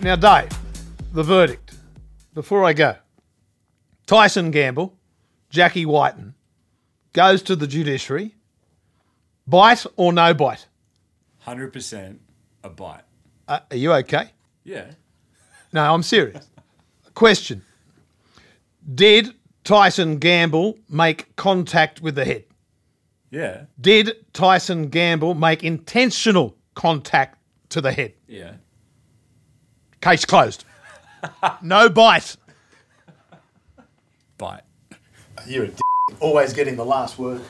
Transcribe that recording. Now, Dave, the verdict. Before I go, Tyson Gamble, Jackie Whiten, goes to the judiciary. Bite or no bite? Hundred percent a bite. Uh, are you okay? Yeah. No, I'm serious. Question Did Tyson Gamble make contact with the head? Yeah. Did Tyson Gamble make intentional contact to the head? Yeah. Case closed. no bite. Bite. You're a d- always getting the last word.